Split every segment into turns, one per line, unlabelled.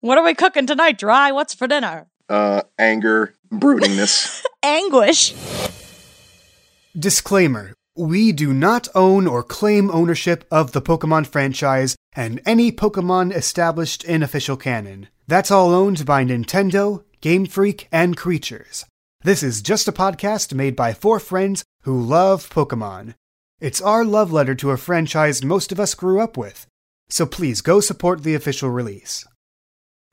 What are we cooking tonight, Dry? What's for dinner?
Uh, anger, broodingness.
Anguish.
Disclaimer We do not own or claim ownership of the Pokemon franchise and any Pokemon established in official canon. That's all owned by Nintendo, Game Freak, and Creatures. This is just a podcast made by four friends who love Pokemon. It's our love letter to a franchise most of us grew up with. So please go support the official release.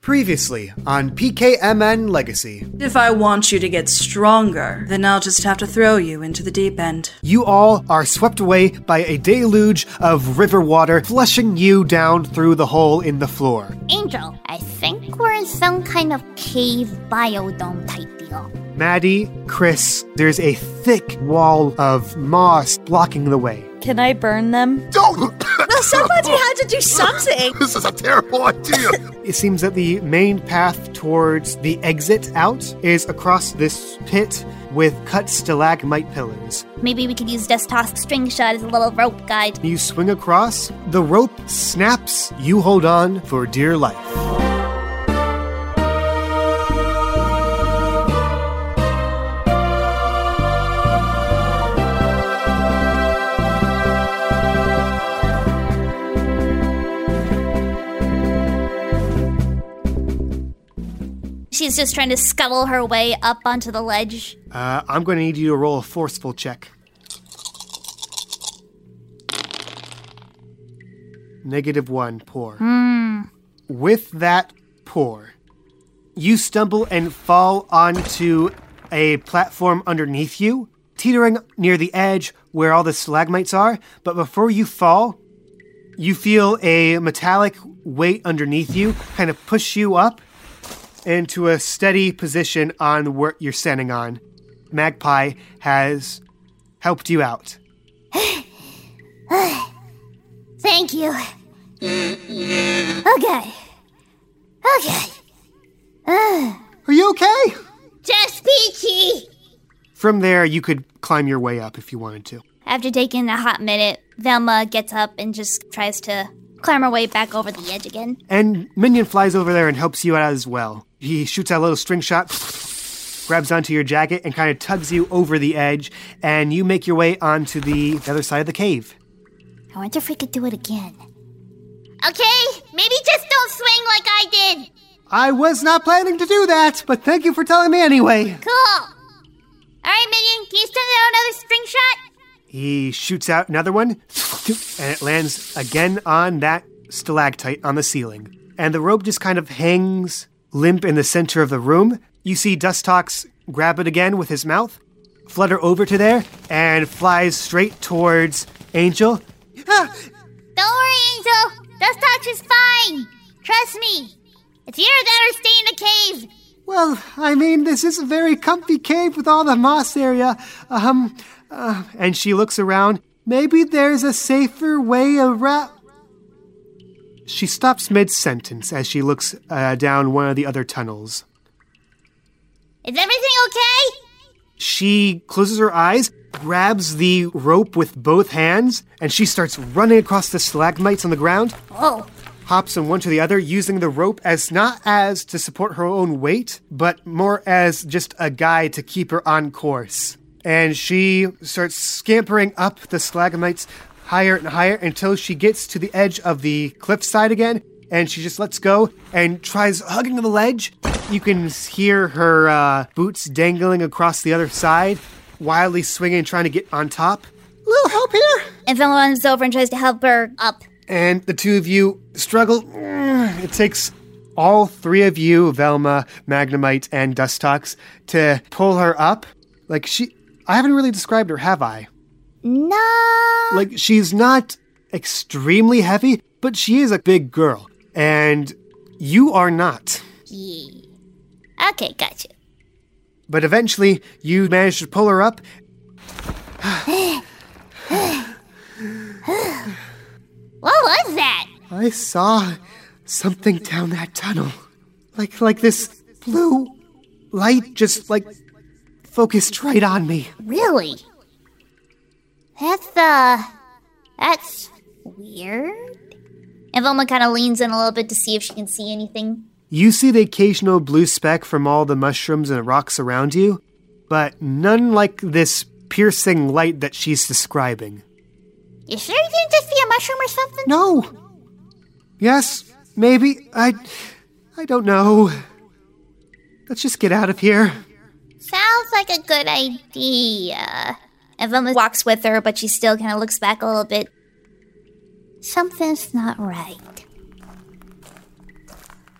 Previously on PKMN Legacy.
If I want you to get stronger, then I'll just have to throw you into the deep end.
You all are swept away by a deluge of river water, flushing you down through the hole in the floor.
Angel, I think we're in some kind of cave biodome type deal.
Maddie, Chris, there's a thick wall of moss blocking the way.
Can I burn them?
Don't!
Well, somebody had to do something.
This is a terrible idea!
It seems that the main path towards the exit out is across this pit with cut stalagmite pillars.
Maybe we could use Destos String Shot as a little rope guide.
You swing across, the rope snaps, you hold on for dear life.
She's just trying to scuttle her way up onto the ledge.
Uh, I'm going to need you to roll a forceful check. Negative one, poor. With that poor, you stumble and fall onto a platform underneath you, teetering near the edge where all the stalagmites are. But before you fall, you feel a metallic weight underneath you kind of push you up into a steady position on what you're standing on. Magpie has helped you out.
Thank you. Okay. Okay. Uh.
Are you okay?
Just Peachy!
From there, you could climb your way up if you wanted to.
After taking a hot minute, Velma gets up and just tries to climb her way back over the edge again.
And Minion flies over there and helps you out as well. He shoots out a little string shot, grabs onto your jacket, and kind of tugs you over the edge, and you make your way onto the other side of the cave.
I wonder if we could do it again. Okay, maybe just don't swing like I did.
I was not planning to do that, but thank you for telling me anyway.
Cool. Alright, Minion, can you send out another string shot?
He shoots out another one, and it lands again on that stalactite on the ceiling. And the rope just kind of hangs limp in the center of the room. You see Dustox grab it again with his mouth, flutter over to there, and flies straight towards Angel. Ah!
Don't worry, Angel. Dust Touch is fine. Trust me. It's you that are staying in the cave.
Well, I mean, this is a very comfy cave with all the moss area. Um, uh, and she looks around. Maybe there's a safer way around. She stops mid sentence as she looks uh, down one of the other tunnels.
Is everything okay?
She closes her eyes, grabs the rope with both hands, and she starts running across the stalagmites on the ground.
Oh,
hops from one to the other, using the rope as not as to support her own weight, but more as just a guide to keep her on course. And she starts scampering up the stalagmites higher and higher until she gets to the edge of the cliffside again. And she just lets go and tries hugging the ledge. You can hear her uh, boots dangling across the other side, wildly swinging, trying to get on top. Little help here!
and Velma runs over and tries to help her up.
and the two of you struggle. Mm, It takes all three of you, Velma, Magnemite, and Dustox, to pull her up. Like she, I haven't really described her, have I?
No.
Like she's not extremely heavy, but she is a big girl, and you are not.
Okay, gotcha.
But eventually, you manage to pull her up.
What was that?
I saw something down that tunnel, like like this blue light, just like focused right on me.
Really? That's uh that's weird. And Velma kind of leans in a little bit to see if she can see anything.
You see the occasional blue speck from all the mushrooms and rocks around you, but none like this piercing light that she's describing.
You sure you didn't just see a mushroom or something?
No. Yes, maybe. I I don't know. Let's just get out of here.
Sounds like a good idea. Evelyn walks with her, but she still kind of looks back a little bit. Something's not right.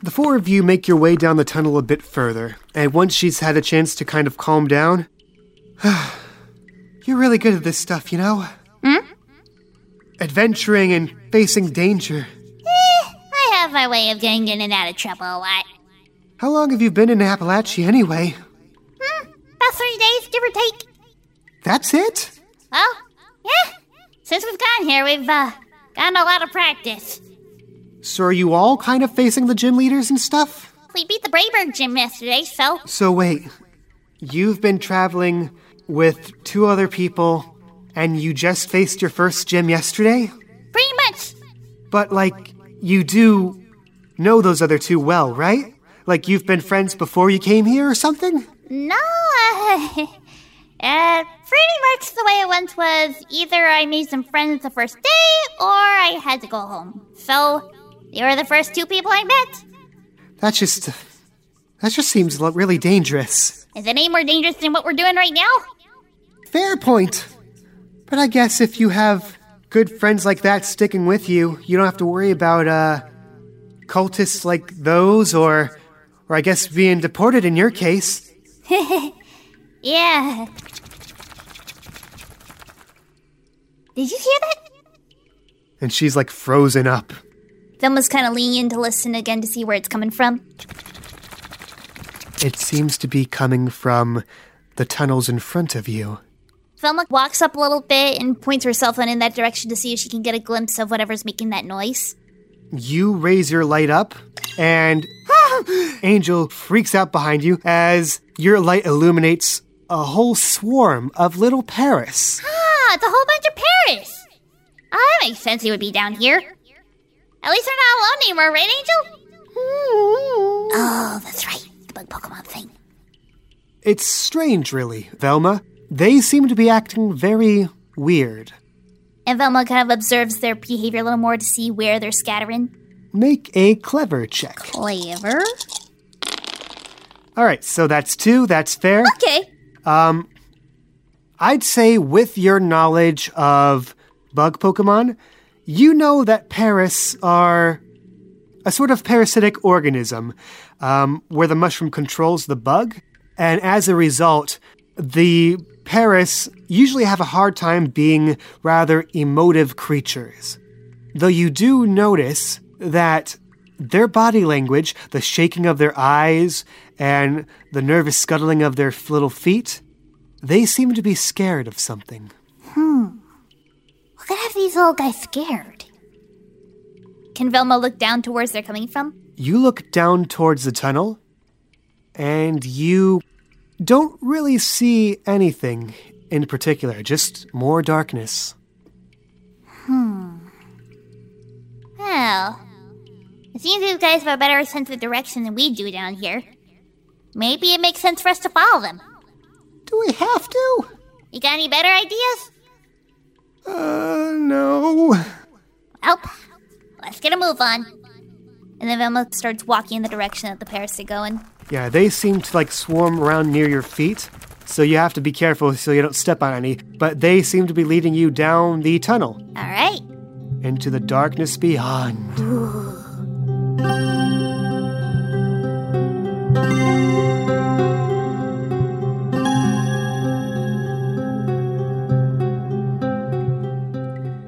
The four of you make your way down the tunnel a bit further, and once she's had a chance to kind of calm down, you're really good at this stuff, you know? Hmm? Adventuring and facing danger.
Eh, I have my way of getting in and out of trouble a lot.
How long have you been in Appalachia anyway?
Hmm, about three days, give or take.
That's it?
Well, yeah. Since we've gotten here, we've uh, gotten a lot of practice.
So are you all kind of facing the gym leaders and stuff?
We beat the Brayberg gym yesterday, so
So wait, you've been traveling with two other people, and you just faced your first gym yesterday?
pretty much.
But like, you do know those other two well, right? Like you've been friends before you came here or something?
No, uh, uh, pretty much the way it once was. Either I made some friends the first day, or I had to go home. So, they were the first two people I met.
That just that just seems lo- really dangerous.
Is it any more dangerous than what we're doing right now?
Fair point. But I guess if you have good friends like that sticking with you, you don't have to worry about uh cultists like those or or I guess being deported in your case.
Yeah. Did you hear that?
And she's like frozen up.
Velma's kind of leaning in to listen again to see where it's coming from.
It seems to be coming from the tunnels in front of you.
Velma walks up a little bit and points her cell phone in that direction to see if she can get a glimpse of whatever's making that noise.
You raise your light up, and Angel freaks out behind you as your light illuminates a whole swarm of little Paris.
Ah, it's a whole bunch of Paris! Ah, that makes sense he would be down here. At least they're not alone anymore, right, Angel? Oh, that's right. The bug Pokemon thing.
It's strange, really, Velma. They seem to be acting very weird.
And Velma kind of observes their behavior a little more to see where they're scattering.
Make a clever check.
Clever.
All right, so that's two. That's fair.
Okay.
I'd say, with your knowledge of bug Pokemon, you know that Paris are a sort of parasitic organism um, where the mushroom controls the bug. And as a result, the Paris usually have a hard time being rather emotive creatures. Though you do notice that their body language, the shaking of their eyes, and the nervous scuttling of their little feet, they seem to be scared of something.
What could have these little guys scared? Can Velma look down to where they're coming from?
You look down towards the tunnel, and you don't really see anything in particular, just more darkness.
Well, it seems these guys have a better sense of direction than we do down here. Maybe it makes sense for us to follow them.
Do we have to?
You got any better ideas?
Uh, no.
Nope. Let's get a move on. And then Velma starts walking in the direction that the Paris are going.
Yeah, they seem to like swarm around near your feet, so you have to be careful so you don't step on any, but they seem to be leading you down the tunnel
All right.
into the darkness beyond.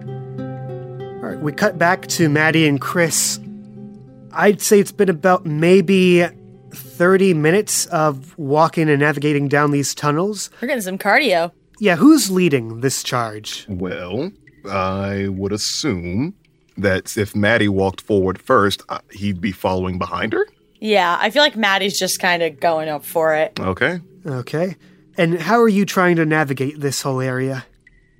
All right, we cut back to Maddie and Chris. I'd say it's been about maybe 30 minutes of walking and navigating down these tunnels.
We're getting some cardio.
Yeah, who's leading this charge?
Well, I would assume that if Maddie walked forward first, uh, he'd be following behind her.
Yeah, I feel like Maddie's just kind of going up for it.
Okay.
Okay. And how are you trying to navigate this whole area?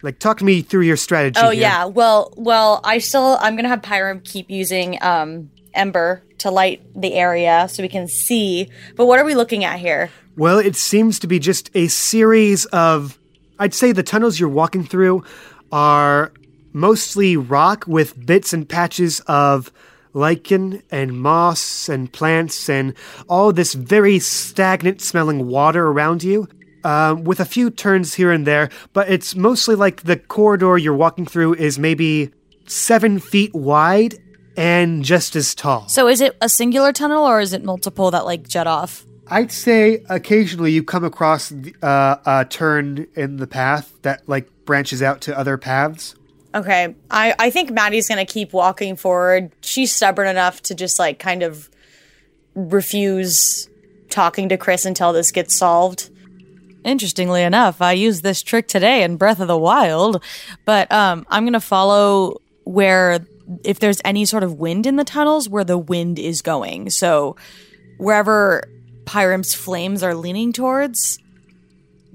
Like, talk me through your strategy.
Oh
here.
yeah. Well, well, I still I'm gonna have Pyram keep using um Ember to light the area so we can see. But what are we looking at here?
Well, it seems to be just a series of. I'd say the tunnels you're walking through are mostly rock with bits and patches of lichen and moss and plants and all this very stagnant smelling water around you. Um, with a few turns here and there, but it's mostly like the corridor you're walking through is maybe seven feet wide and just as tall.
So is it a singular tunnel or is it multiple that like jet off?
I'd say occasionally you come across the- uh, a turn in the path that like branches out to other paths.
Okay. I, I think Maddie's going to keep walking forward. She's stubborn enough to just like kind of refuse talking to Chris until this gets solved. Interestingly enough, I used this trick today in Breath of the Wild, but um, I'm going to follow where, if there's any sort of wind in the tunnels, where the wind is going. So wherever Pyram's flames are leaning towards,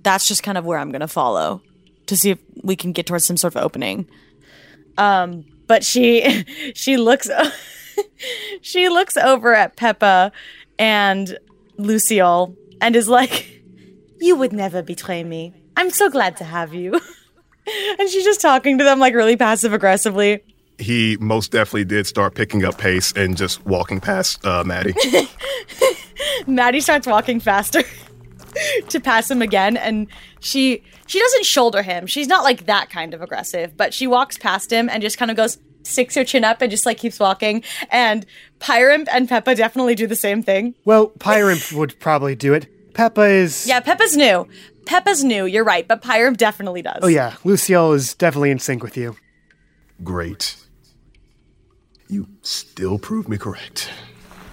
that's just kind of where I'm going to follow to see if we can get towards some sort of opening. Um, but she she looks she looks over at Peppa and Lucille and is like, "You would never betray me. I'm so glad to have you." and she's just talking to them like really passive aggressively.
He most definitely did start picking up pace and just walking past uh, Maddie.
Maddie starts walking faster to pass him again, and she she doesn't shoulder him. She's not like that kind of aggressive, but she walks past him and just kind of goes sticks her chin up and just like keeps walking. And Pyramp and Peppa definitely do the same thing.
Well, Pyrimp would probably do it. Peppa is.
Yeah, Peppa's new. Peppa's new. You're right, but Pyramp definitely does.
Oh, yeah. Lucille is definitely in sync with you.
Great. You still prove me correct.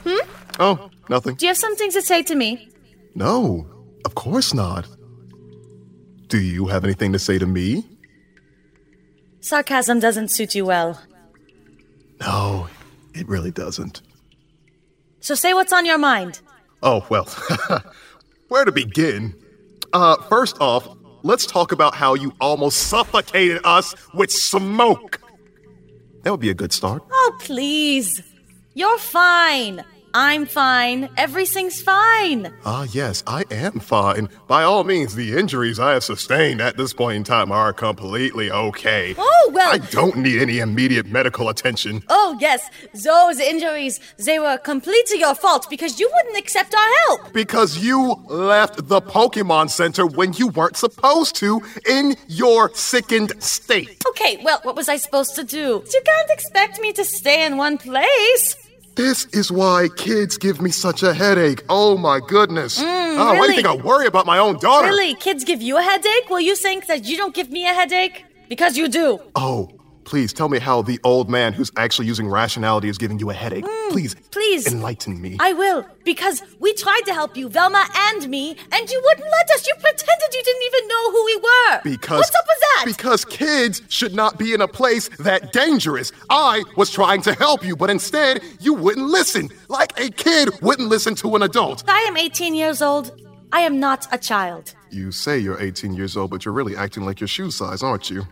Hmm? Oh, nothing.
Do you have something to say to me?
No, of course not. Do you have anything to say to me?
Sarcasm doesn't suit you well.
No, it really doesn't.
So say what's on your mind.
Oh, well, where to begin? Uh, first off, let's talk about how you almost suffocated us with smoke. That would be a good start.
Oh, please. You're fine. I'm fine. Everything's fine.
Ah, yes, I am fine. By all means, the injuries I have sustained at this point in time are completely okay.
Oh, well-
I don't need any immediate medical attention.
Oh, yes, those injuries, they were completely your fault because you wouldn't accept our help.
Because you left the Pokemon Center when you weren't supposed to in your sickened state.
Okay, well, what was I supposed to do? You can't expect me to stay in one place.
This is why kids give me such a headache. Oh my goodness. oh, Why do
Mm, really?
you think I worry about my own daughter?
Really, kids give you a headache? Well, you think that you don't give me a headache? Because you do.
Oh, please tell me how the old man who's actually using rationality is giving you a headache. please,
Mm, please.
enlighten me.
I will, because we tried to help you, Velma and me, and you wouldn't let us. You pretended you didn't even know who we were.
Because
What's up with that?
Because kids should not be in a place that dangerous. I was trying to help you, but instead you wouldn't listen, like a kid wouldn't listen to an adult.
I am 18 years old. I am not a child.
You say you're 18 years old, but you're really acting like your shoe size, aren't you?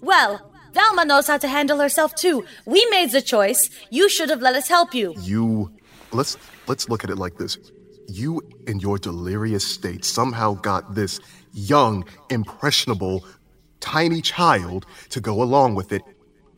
Well, Velma knows how to handle herself too. We made the choice. You should have let us help you.
You let's let's look at it like this. You in your delirious state somehow got this young, impressionable, tiny child to go along with it.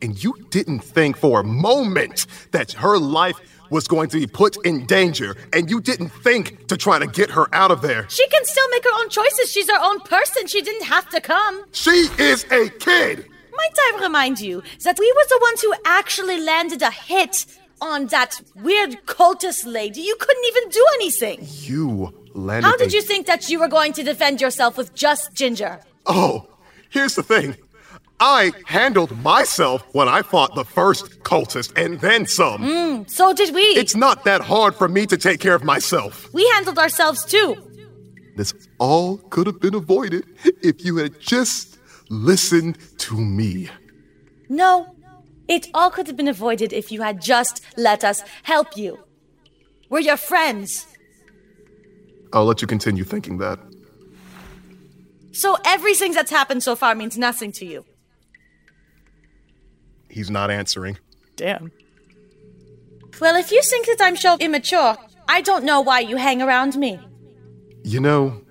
And you didn't think for a moment that her life was going to be put in danger, and you didn't think to try to get her out of there.
She can still make her own choices. She's her own person. She didn't have to come.
She is a kid!
Might I remind you that we were the ones who actually landed a hit on that weird cultist lady. You couldn't even do anything.
You landed.
How did
a-
you think that you were going to defend yourself with just Ginger?
Oh, here's the thing. I handled myself when I fought the first cultist and then some.
So did we.
It's not that hard for me to take care of myself.
we handled ourselves too.
This all could have been avoided if you had just listened to me.
No, it all could have been avoided if you had just let us help you. We're your friends.
I'll let you continue thinking that.
So everything that's happened so far means nothing to you.
He's not answering.
Damn. Well, if you think that I'm so immature, I don't know why you hang around me.
You know,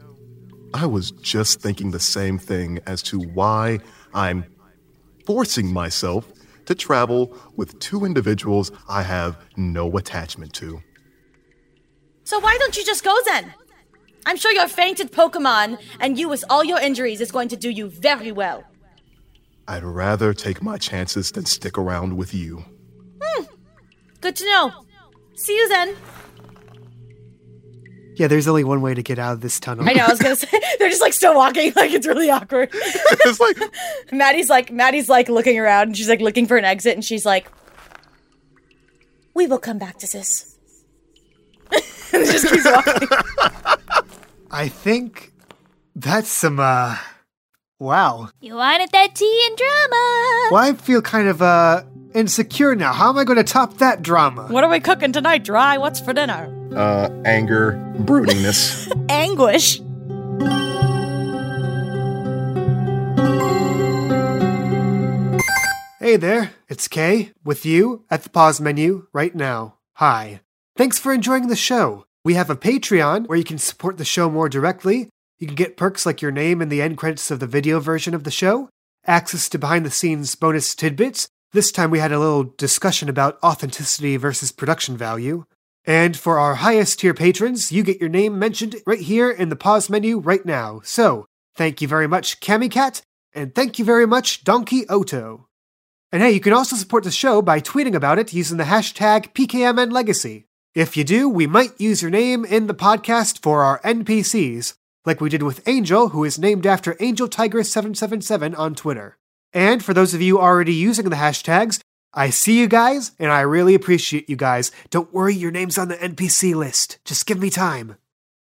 I was just thinking the same thing as to why I'm forcing myself to travel with two individuals I have no attachment to.
So why don't you just go then? I'm sure your fainted Pokemon and you with all your injuries is going to do you very well.
I'd rather take my chances than stick around with you.
Good to know. See you then.
Yeah, there's only one way to get out of this tunnel.
I know, I was gonna say they're just like still walking, like it's really awkward.
it's like,
Maddie's like Maddie's like looking around and she's like looking for an exit and she's like We will come back to this. and just keeps walking.
I think that's some uh wow.
You wanted that tea and drama.
Well, I feel kind of uh insecure now. How am I going to top that drama?
What are we cooking tonight, Dry? What's for dinner?
uh, anger, broodingness.
Anguish.
Hey there, it's Kay with you at the pause menu right now. Hi. Thanks for enjoying the show. We have a Patreon where you can support the show more directly. You can get perks like your name in the end credits of the video version of the show, access to behind the scenes bonus tidbits. This time we had a little discussion about authenticity versus production value. And for our highest tier patrons, you get your name mentioned right here in the pause menu right now. So, thank you very much, Camicat, and thank you very much, Donkey Oto. And hey, you can also support the show by tweeting about it using the hashtag PKMNLegacy. If you do, we might use your name in the podcast for our NPCs, like we did with Angel, who is named after Angel Tigress 777 on Twitter. And for those of you already using the hashtags, I see you guys, and I really appreciate you guys. Don't worry, your name's on the NPC list. Just give me time.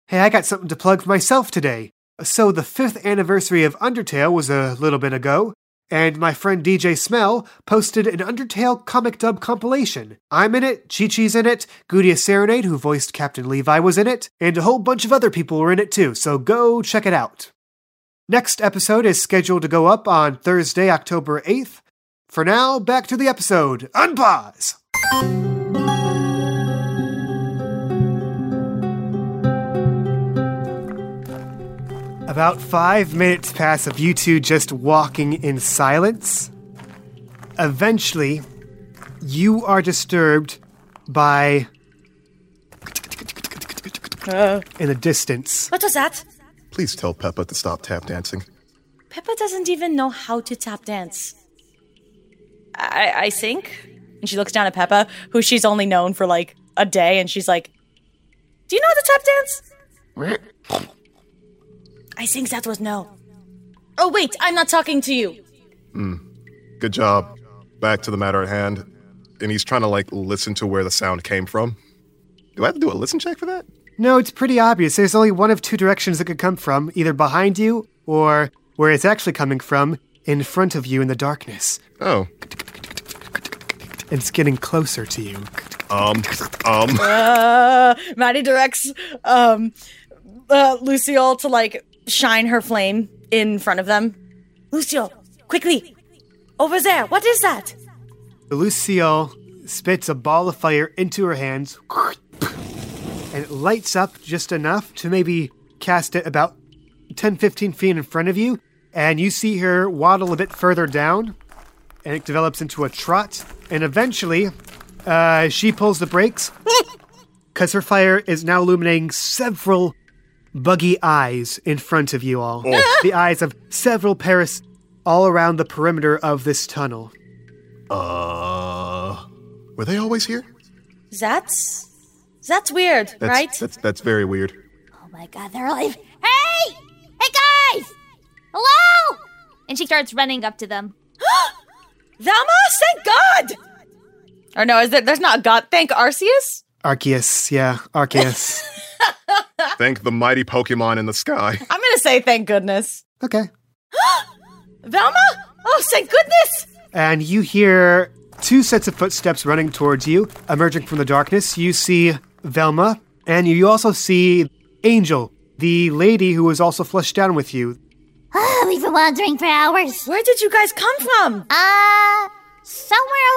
Hey, I got something to plug myself today. So, the fifth anniversary of Undertale was a little bit ago, and my friend DJ Smell posted an Undertale comic dub compilation. I'm in it, Chi Chi's in it, Gudia Serenade, who voiced Captain Levi, was in it, and a whole bunch of other people were in it too, so go check it out. Next episode is scheduled to go up on Thursday, October 8th. For now, back to the episode. Unpause! About five minutes pass of you two just walking in silence. Eventually, you are disturbed by. In the distance.
What was that?
Please tell Peppa to stop tap dancing.
Peppa doesn't even know how to tap dance. I I think. And she looks down at Peppa, who she's only known for like a day, and she's like, Do you know how to tap dance? I think that was no. Oh wait, I'm not talking to you.
Good job. Back to the matter at hand. And he's trying to like listen to where the sound came from. Do I have to do a listen check for that?
No, it's pretty obvious. There's only one of two directions it could come from either behind you or where it's actually coming from, in front of you in the darkness.
Oh.
And it's getting closer to you.
Um, um.
Maddie directs um uh, Lucille to like shine her flame in front of them. Lucille, quickly. Over there. What is that?
Lucille spits a ball of fire into her hands, and it lights up just enough to maybe cast it about 10 15 feet in front of you. And you see her waddle a bit further down, and it develops into a trot. And eventually, uh, she pulls the brakes because her fire is now illuminating several buggy eyes in front of you all. The eyes of several Paris all around the perimeter of this tunnel.
Uh, were they always here?
That's that's weird,
That's,
right?
That's that's very weird.
Oh my god, they're alive. Hey! Hey guys! Hello! And she starts running up to them.
Velma, thank God! Or no, is there, there's not God. Thank Arceus?
Arceus, yeah, Arceus.
Thank the mighty Pokemon in the sky.
I'm gonna say thank goodness.
okay.
Velma? Oh, thank goodness!
And you hear two sets of footsteps running towards you, emerging from the darkness. You see Velma, and you also see Angel, the lady who was also flushed down with you.
Oh, we've been wandering for hours.
Where did you guys come from?
Uh, somewhere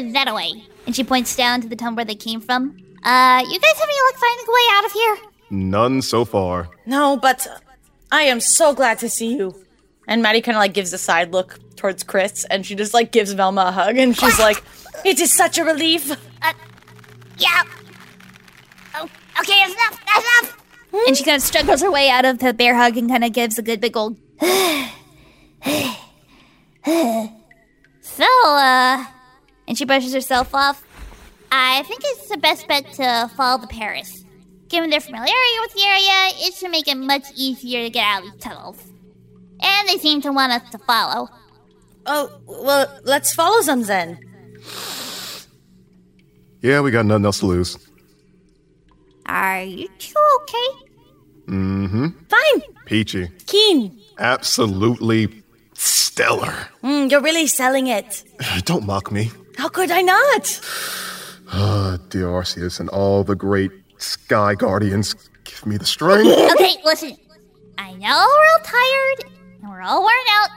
over that way. And she points down to the tumbler they came from. Uh, you guys have any luck finding a way out of here?
None so far.
No, but I am so glad to see you. And Maddie kind of like gives a side look towards Chris, and she just like gives Velma a hug, and she's like, "It is such a relief."
Yeah. Oh, okay, that's enough. That's enough. And she kind of struggles her way out of the bear hug and kind of gives a good big old. so, uh, and she brushes herself off. I think it's the best bet to follow the Paris. Given their familiarity with the area, it should make it much easier to get out of these tunnels. And they seem to want us to follow.
Oh, well, let's follow them then.
Yeah, we got nothing else to lose.
Are you two okay?
Fine.
Peachy.
Keen.
Absolutely stellar.
Mm, you're really selling it.
Don't mock me.
How could I not?
Uh, dear Arceus and all the great sky guardians, give me the strength.
Okay, listen. I know we're all tired and we're all worn out,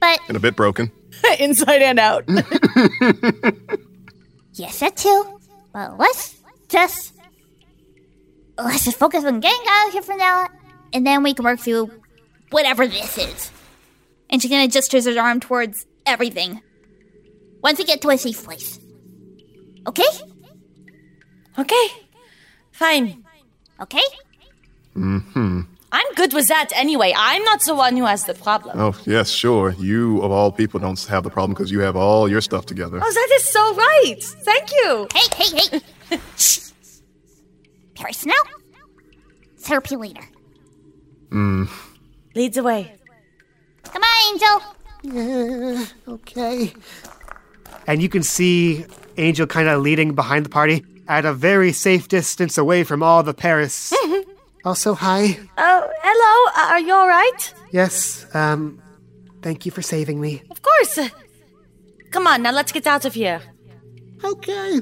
but
and a bit broken.
Inside and out.
yes, that too. But let's just let's just focus on getting out of here for now, and then we can work through whatever this is. And she kind of gestures her arm towards everything. Once we get to a safe place, okay?
Okay, fine.
Okay?
I'm good with that anyway. I'm not the one who has the problem.
Oh, yes, sure. You, of all people, don't have the problem because you have all your stuff together.
Oh, that is so right. Thank you.
Hey, hey, hey! Shh. Paris now. Serpy later.
Leads away.
Come on, Angel.
Eh, Okay. And you can see Angel kind of leading behind the party at a very safe distance away from all the Paris. also, hi.
Oh, hello. Uh, Are you all right?
Yes, um, thank you for saving me.
Of course. Come on, now let's get out of here.
Okay.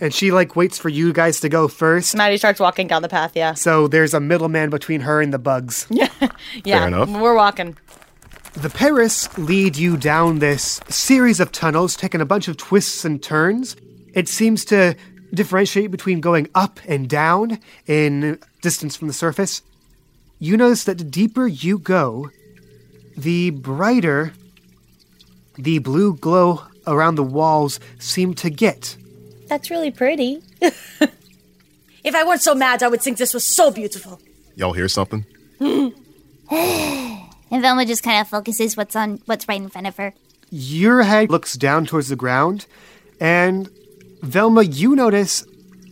And she, like, waits for you guys to go first.
Maddie starts walking down the path. Yeah,
So there's a middleman between her and the bugs.
yeah.
enough.
We're walking.
The Paris lead you down this series of tunnels, taking a bunch of twists and turns. It seems to differentiate between going up and down in distance from the surface. You notice that the deeper you go, the brighter the blue glow around the walls seem to get.
That's really pretty. if I weren't so mad, I would think this was so beautiful.
Y'all hear something?
And Velma just kind of focuses what's on what's right in front of her.
Your head looks down towards the ground, and Velma, you notice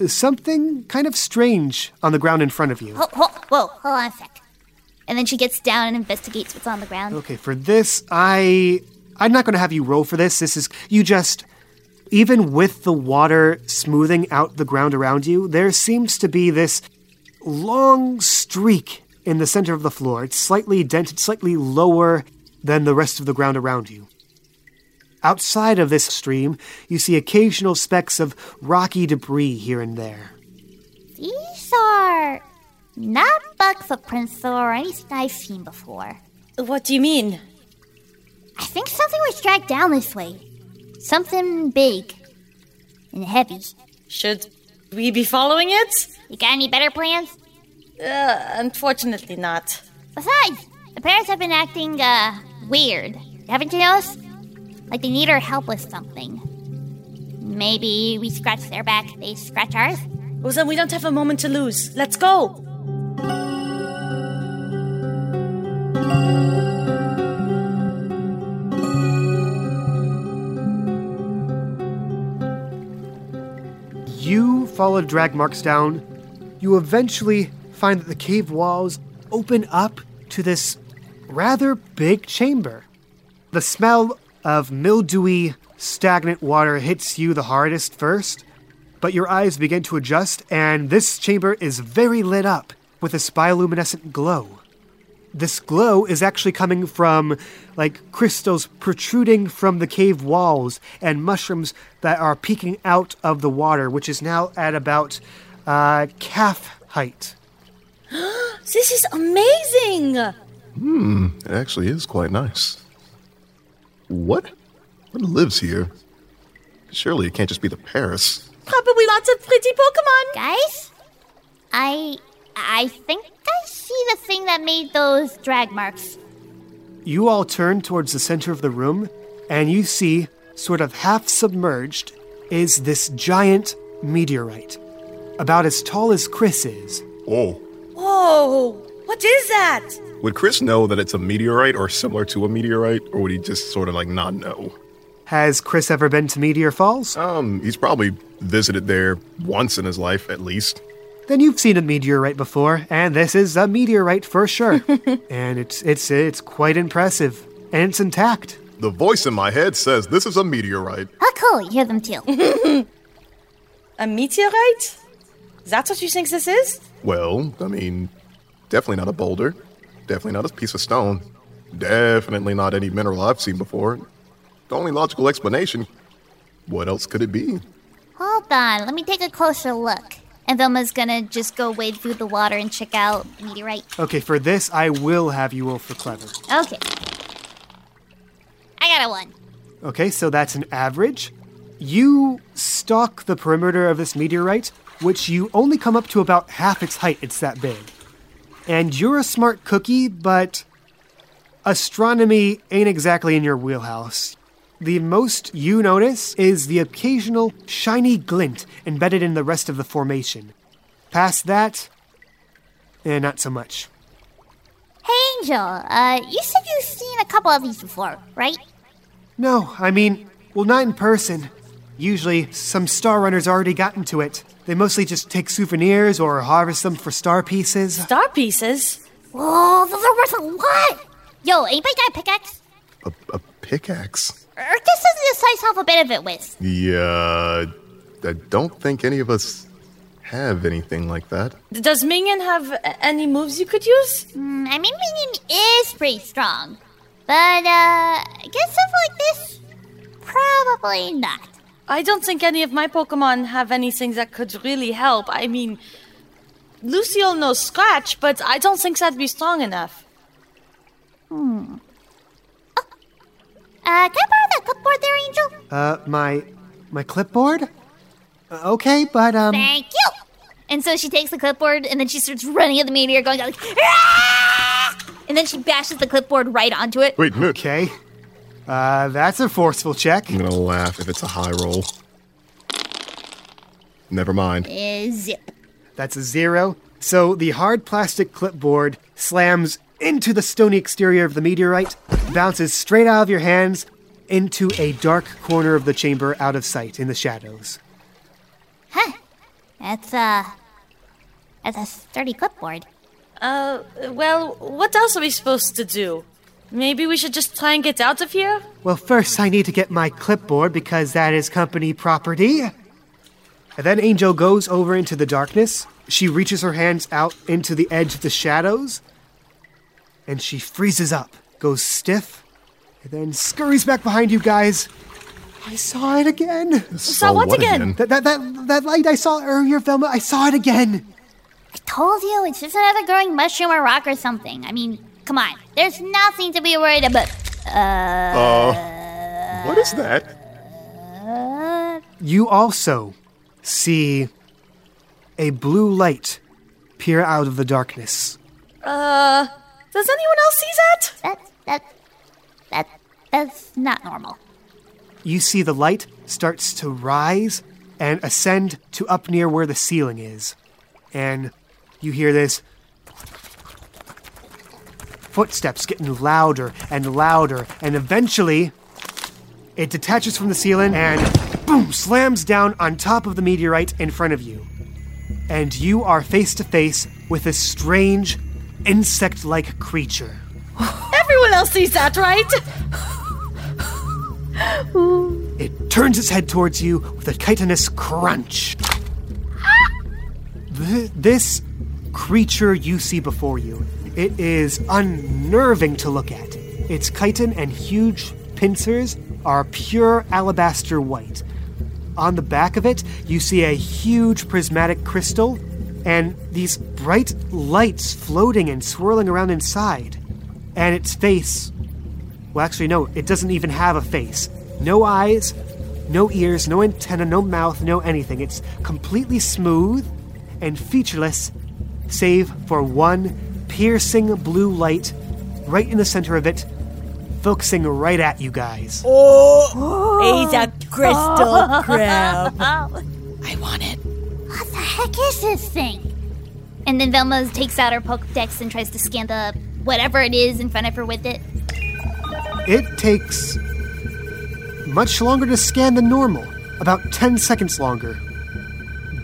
something kind of strange on the ground in front of you.
Oh, Ho- ho- whoa, hold on a sec. And then she gets down and investigates what's on the ground.
Okay, for this, I I'm not going to have you roll for this. This is you just even with the water smoothing out the ground around you, there seems to be this long streak in the center of the floor. It's slightly dented, slightly lower than the rest of the ground around you. Outside of this stream, you see occasional specks of rocky debris here and there.
These are not bug footprints or anything I've seen before.
What do you mean?
I think something was dragged down this way. Something big and heavy.
Should we be following it?
You got any better plans?
Uh,
Unfortunately, not.
Besides, the parents have been acting uh weird. Haven't you noticed? Like they need our help with something. Maybe we scratch their back, they scratch ours.
Well, then we don't have a moment to lose. Let's go.
You follow drag marks down. You eventually find that the cave walls open up to this rather big chamber. The smell of mildewy, stagnant water hits you the hardest first, but your eyes begin to adjust, and this chamber is very lit up with a bioluminescent glow. This glow is actually coming from like crystals protruding from the cave walls and mushrooms that are peeking out of the water, which is now at about uh, calf height.
This is amazing.
It actually is quite nice. What? What lives here? Surely it can't just be the Paris.
Probably lots of pretty Pokemon.
Guys, I I think I see the thing that made those drag marks.
You all turn towards the center of the room, and you see, sort of half submerged, is this giant meteorite. About as tall as Chris is.
Oh.
Whoa! What is that?
Would Chris know that it's a meteorite or similar to a meteorite, or would he just sort of like not know?
Has Chris ever been to Meteor Falls?
Um, he's probably visited there once in his life at least.
Then you've seen a meteorite before, and this is a meteorite for sure. and it's it's it's quite impressive, and it's intact.
The voice in my head says this is a meteorite.
Oh, cool! You hear them too.
A meteorite? That's what you think this is?
Well, I mean, definitely not a boulder, definitely not a piece of stone, definitely not any mineral I've seen before. The only logical explanation what else could it be?
Hold on, let me take a closer look. And Velma's gonna just go wade through the water and check out meteorite.
Okay, for this I will have you roll for clever.
Okay. I got a one.
Okay, so that's an average. You stalk the perimeter of this meteorite, which you only come up to about half its height, it's that big. And you're a smart cookie, but astronomy ain't exactly in your wheelhouse. The most you notice is the occasional shiny glint embedded in the rest of the formation. Past that, eh, not so much.
Hey, Angel, uh, you said you've seen a couple of these before, right?
No, I mean, well, not in person. Usually, some Star Runners already got into it. They mostly just take souvenirs or harvest them for star pieces.
Star pieces?
Whoa, those are worth a lot! Yo, anybody got a pickaxe?
A, a pickaxe?
Or this isn't the size half a bit of it with.
Yeah, I don't think any of us have anything like that.
Does Minion have a- any moves you could use?
Mm, I mean, Minion is pretty strong. But, uh, I guess stuff like this, probably not.
I don't think any of my Pokemon have anything that could really help. I mean, Lucio knows Scratch, but I don't think that'd be strong enough.
Uh, can I borrow that clipboard there, Angel?
Uh, my my clipboard? Uh, Okay, but um,
Thank you! And so she takes the clipboard and then she starts running at the meteor, going like, "Ah!" And then she bashes the clipboard right onto it.
Wait, no.
okay. Uh, that's a forceful check.
I'm gonna laugh if it's a high roll. Never mind.
Uh, zip.
That's a zero. So the hard plastic clipboard slams into the stony exterior of the meteorite, bounces straight out of your hands into a dark corner of the chamber out of sight in the shadows.
That's, uh, that's a sturdy clipboard.
Uh, well, what else are we supposed to do? Maybe we should just try and get out of here?
Well, first I need to get my clipboard because that is company property. And then Angel goes over into the darkness. She reaches her hands out into the edge of the shadows. And she freezes up, goes stiff, and then scurries back behind you guys. I saw it again.
So
what again?
That, that, that, that light I saw earlier, Velma, I saw it again.
I told you, it's just another growing mushroom or rock or something. I mean, come on. There's nothing to be worried about.
What is that?
You also see a blue light peer out of the darkness.
Uh, does anyone else see that?
That, that, that, that's not normal.
you see the light starts to rise and ascend to up near where the ceiling is. And you hear this footsteps getting louder and louder, and eventually it detaches from the ceiling and boom, slams down on top of the meteorite in front of you. And you are face to face with a strange, insect like creature.
Everyone else sees that, right?
It turns its head towards you with a chitinous crunch. Th- this creature you see before you, it is unnerving to look at. Its chitin and huge pincers are pure alabaster white. On the back of it, you see a huge prismatic crystal and these bright lights floating and swirling around inside. And its face well, actually, no, it doesn't even have a face. No eyes, No ears, no antenna, no mouth, no anything. It's completely smooth and featureless, save for one piercing blue light right in the center of it, focusing right at you guys.
He's
Oh,
a crystal crab. I want it.
What the heck is this thing? And then Velma takes out her Pokedex and tries to scan the whatever it is in front of her with it.
It takes much longer to scan than normal, about 10 seconds longer.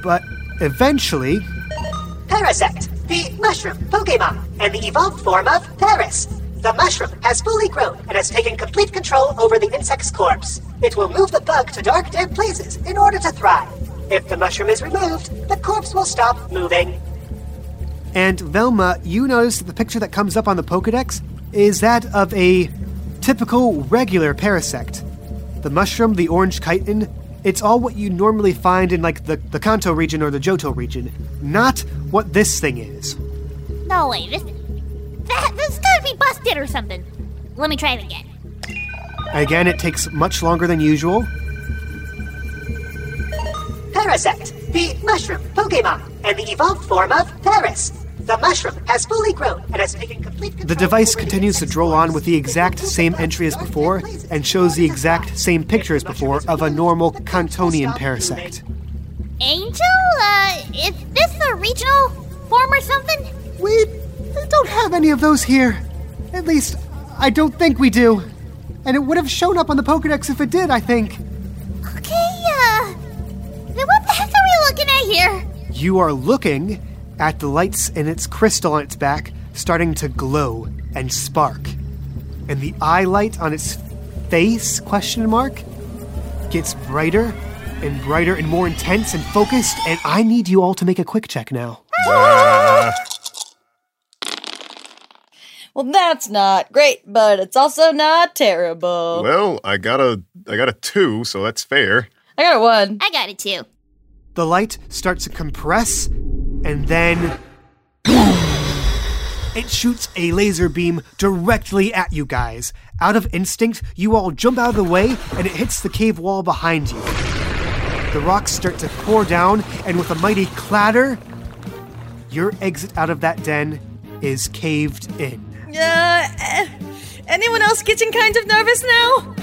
But eventually,
Parasect, the mushroom Pokemon, and the evolved form of Paris. The mushroom has fully grown and has taken complete control over the insect's corpse. It will move the bug to dark, damp places in order to thrive. If the mushroom is removed, the corpse will stop moving.
and Velma, you notice that the picture that comes up on the Pokedex is that of a typical regular parasect. The mushroom, the orange chitin, it's all what you normally find in like the, the Kanto region or the Johto region, not what this thing is.
No way, this that this gotta be busted or something. Let me try it again.
Again, it takes much longer than usual.
Parasect, the mushroom Pokemon, and the evolved form of Paris. The mushroom has fully grown and has taken complete control.
The device
over the
continues to
insect's
droll on
corpse.
with the exact
It will move
same
the bug
entry
to
as
dark,
before
damp places in
and shows the
order to
exact
thrive.
same
If
picture
the
as
mushroom
before
is
of a
removed,
normal
the corpse will
Cantonian
stop moving.
parasect.
Angel, uh, is this a regional form or something?
We don't have any of those here. At least, I don't think we do. And it would have shown up on the Pokedex if it did, I think.
Okay, uh, then what the heck are we looking at here?
You are looking at the lights in its crystal on its back starting to glow and spark. And the eye light on its face question mark gets brighter and brighter and more intense and focused and I need you all to make a quick check now.
Well, that's not great, but it's also not terrible.
Well, I got a I got a two, so that's fair.
I got a one.
I got it too.
The light starts to compress and then it shoots a laser beam directly at you guys. Out of instinct, you all jump out of the way and it hits the cave wall behind you. The rocks start to pour down, and with a mighty clatter, your exit out of that den is caved in.
Uh, eh, anyone else getting kind of nervous now?